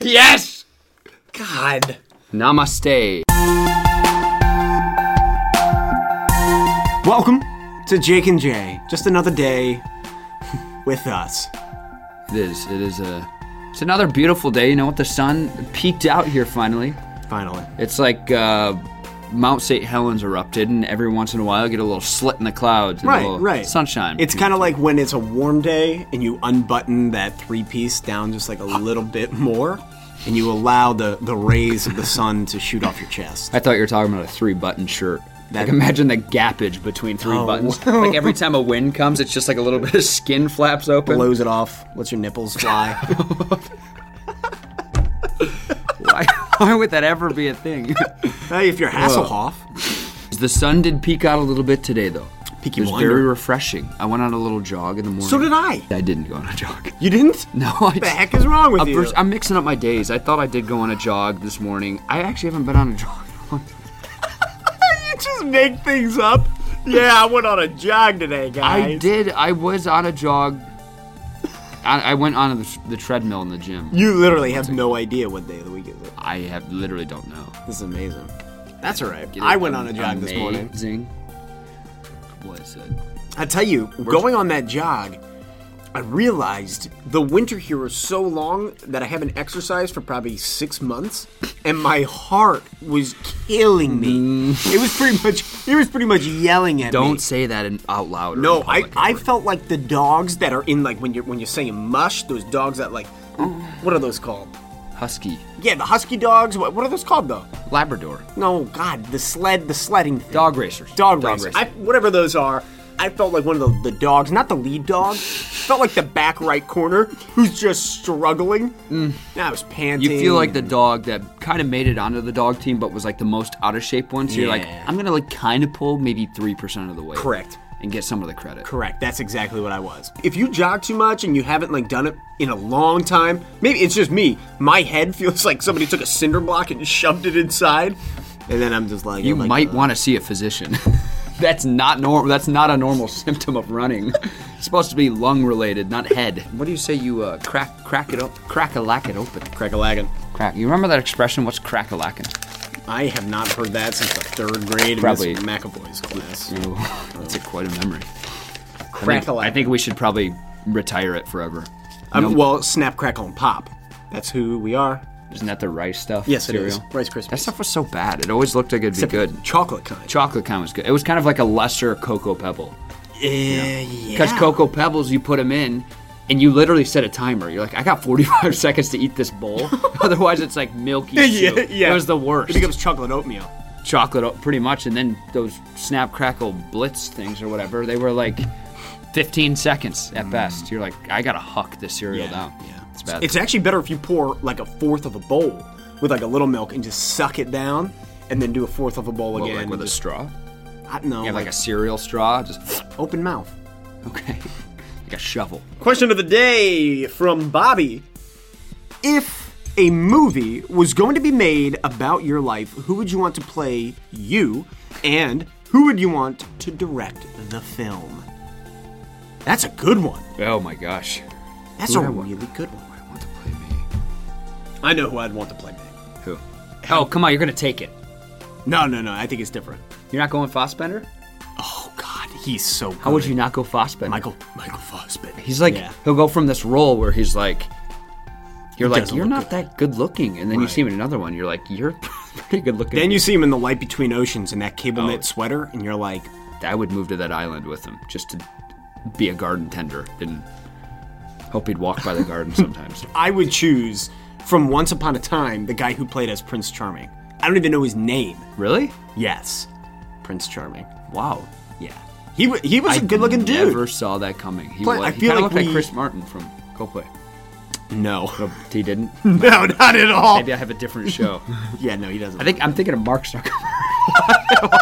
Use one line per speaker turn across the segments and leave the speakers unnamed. Yes!
God.
Namaste.
Welcome to Jake and Jay. Just another day with us.
It is. It is a. It's another beautiful day. You know what? The sun peaked out here finally.
Finally.
It's like uh, Mount St. Helens erupted, and every once in a while, you get a little slit in the clouds. And a
Right,
little
right.
Sunshine.
It's kind of like when it's a warm day and you unbutton that three piece down just like a little bit more and you allow the, the rays of the sun to shoot off your chest.
I thought you were talking about a three-button shirt.
That-
like imagine the gappage between three
Oh.
buttons. Like every time a wind comes, it's just like a little bit of skin flaps open.
Blows it off, lets your nipples fly.
Why, why would that ever be a thing?
hey, if you're Hasselhoff,
the sun did peak out a little bit today, though.
Peaky
it was
Blinder.
very refreshing. I went on a little jog in the morning.
so did I.
I didn't go on a jog.
You didn't?
No, I.
What the heck is wrong with
I'm,
you?
vers- I'm mixing up my days. I thought I did go on a jog this morning. I actually haven't been on a jog. in a long time.
you just make things up. Yeah, I went on a jog today, guys.
I did. I was on a jog. I, I went on the, the treadmill in the gym.
You literally have no idea what day of the week is it.
I have literally don't know.
This is amazing. That's all right.
Get
I
it
went on a jog this morning.
Amazing. Was it?
I tell you, going on that jog, I realized the winter here was so long that I haven't exercised for probably six months, and my heart was killing me. it was pretty much, it was pretty much yelling at me.
Mm. Don't say that in, out loud. or
No,
in
I,
public,
I
Edward.
felt like the dogs that are in like when you're when you're saying mush, those dogs that like, what are those called?
husky
Yeah, the husky dogs. What, what are those called though?
Labrador
No, God, the sled, the sledding thing.
dog racers.
dog,
racers.
race. I, whatever those are. I felt like one of the, the dogs, not the lead dog, felt like the back right corner who's just struggling. Mm. I was panting.
you feel like the dog that kind of made it onto the dog team, but was like the most out of shape one. So you're like,
Yeah.
I'm gonna like kind of pull maybe three percent of the way.
Correct.
And get some of the credit.
Correct. That's exactly what I was. If you jog too much and you haven't like done it in a long time, maybe it's just me. My head feels like somebody took a cinder block and shoved it inside, and then I'm just like, oh
You
I'm like,
might
"Ugh."
want to see a physician. that's not normal. That's not a normal symptom of running. it's supposed to be lung related, not head. What do you say? You uh, crack crack it up, crack a lack it open.
crack a lagging.
Crack. You remember that expression? What's crack a lacking?
I have not heard that since the third grade
Probably.
in Miss McAvoy's class.
That's a, quite a memory.
Crack a
I think we should probably retire it forever.
Um,
Nope.
Well, Snap, Crackle, and Pop. That's who we are.
Isn't that the rice stuff?
Yes, it
cereal?
is. Rice Krispies.
That stuff was so bad. It always looked like it'd be good.
Chocolate kind.
Chocolate kind was good. It was kind of like a lesser Cocoa Pebble.
yeah, yeah.
Because Cocoa Pebbles, you put them in, and you literally set a timer. You're like, I got 45 seconds to eat this bowl. Otherwise, it's like milky
Yeah,
soup.
yeah.
It was the worst.
It becomes chocolate oatmeal.
chocolate, o- pretty much, and then those Snap Crackle Blitz things or whatever. They were like 15 seconds at best. You're like, I gotta huck this cereal down. it's bad.
Mm. It's actually better if you pour like a fourth of a bowl with like a little milk and just suck it down, and then do a fourth of a bowl
What,
again.
like
and
with a
just,
straw.
I don't know,
You have like
like,
a cereal straw, just
open mouth.
okay, like a shovel.
Question of the day from Bobby: If a movie was going to be made about your life, who would you want to play you, and who would you want to direct the film? That's a good one.
Oh my gosh.
That's a really good one.
I want to play me.
I know who I'd want to play me.
Who? Oh, come on, you're gonna take it.
No, no, no. I think it's different.
You're not going Fossbender?
Oh God, he's so. Good.
How would you not go Fossbender?
Michael? Michael Fassbender.
He's like
Yeah.
he'll go from this role where he's like you're like
doesn't
you're
look
not
good."
that good looking and then you
Right.
see him in another one you're like you're pretty good looking.
Then you see him in the light between oceans in that cable
Oh.
knit sweater, and you're like,
I would move to that island with him just to be a garden tender and hope he'd walk by the garden sometimes.
I would choose from Once Upon a Time the guy who played as Prince Charming. I don't even know his name.
Really?
Yes, Prince Charming.
Wow.
Yeah, he wa he was a good looking dude.
Never saw that coming. He,
Play-
was,
I
he
feel
kinda
like
looked
we-
like Chris Martin from Coldplay.
No,
He didn't.
no, not at all.
Maybe I have a different show.
Yeah, no, he doesn't.
I think I'm thinking of Mark Zuckerberg.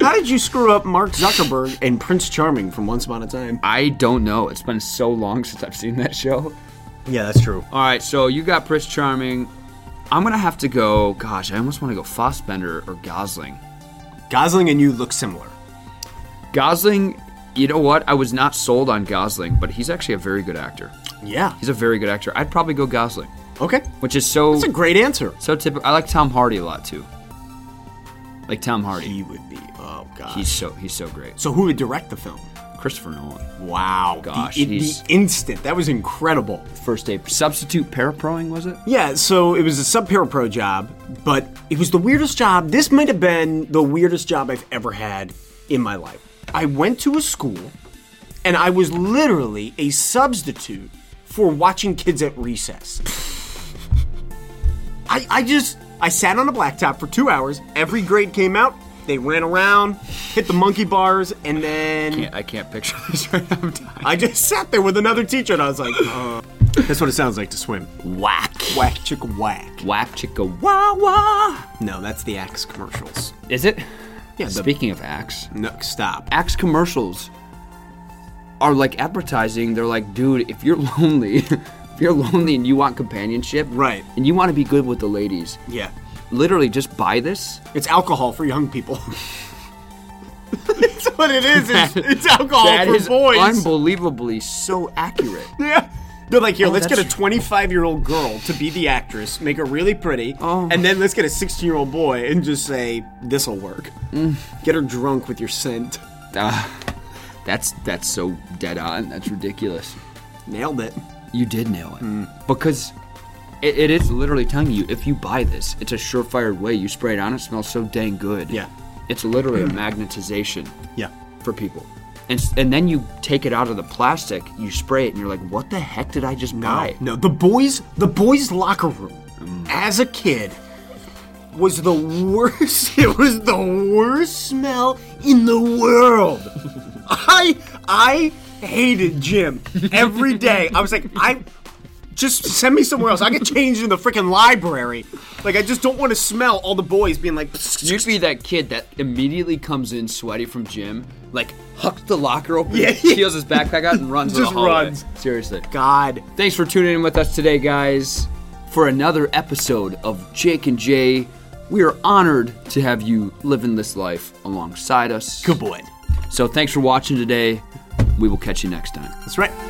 How did you screw up Mark Zuckerberg and Prince Charming from Once Upon a Time?
I don't know. It's been so long since I've seen that show.
Yeah, that's true.
All right, so you got Prince Charming. I'm gonna have to go. Gosh, I almost want to go Fossbender or Gosling.
Gosling and you look similar.
Gosling, you know what? I was not sold on Gosling, but he's actually a very good actor.
Yeah.
He's a very good actor. I'd probably go Gosling,
Okay.
which is so
That's a great answer.
so typical. I like Tom Hardy a lot too. Like Tom Hardy,
He would be. Oh god.
he's so he's so great.
so who would direct the film?
Christopher Nolan,
Wow.
Gosh,
The, in-
he's-
the instant. That was incredible.
first day substitute paraproing was it?
Yeah, so it was a sub pro job, but it was the weirdest job. This might have been the weirdest job I've ever had in my life. I went to a school and I was literally a substitute for watching kids at recess. I, I just I sat on a blacktop for two hours. Every grade came out, they ran around, hit the monkey bars, and then
Yeah, I can't picture this right now. I'm dying.
I just sat there with another teacher and I was like, uh. That's what it sounds like to swim.
Whack,
Whack chicka whack.
whack, chicka. whack.
Wah wah. No, that's the Axe commercials.
Is it?
Yeah, the-
Speaking of axe,
No, stop.
axe commercials are like advertising. They're like, dude, if you're lonely, if you're lonely and you want companionship,
Right.
and you want to be good with the ladies,
Yeah,
literally just buy this.
it's alcohol for young people. that's what it is. It's, it's alcohol
That
for
is
boys.
unbelievably so accurate.
yeah. They're like, here, let's get
that's
a 25 year old girl to be the actress, make her really pretty,
Oh.
and then let's get a 16 year old boy and just say, this'll work. Get her drunk with your scent.
Ah, that's that's so dead on. That's ridiculous. Hmm.
Nailed it.
You did nail it because it, it is literally telling you if you buy this, it's a surefire way. You spray it on, it smells so dang good.
Yeah.
it's literally a magnetization
Yeah.
for people. And, s- and then you take it out of the plastic, you spray it, and you're like, what the heck did I just buy?
No, the boys, the boys' locker room, as a kid, was the worst. It was the worst smell in the world. I I hated gym every day. I was like, I just send me somewhere else. I get changed in the freaking library. Like I just don't want to smell all the boys being like.
You'd be that kid that immediately comes in sweaty from gym, like hucks the locker open,
Yeah.
peels his backpack out, and runs. in
Just
the hallway.
runs.
Seriously.
God.
Thanks for tuning in with us today, guys, for another episode of Jake and Jay. We are honored to have you living this life alongside us.
Good boy.
So thanks for watching today. We will catch you next time.
That's right.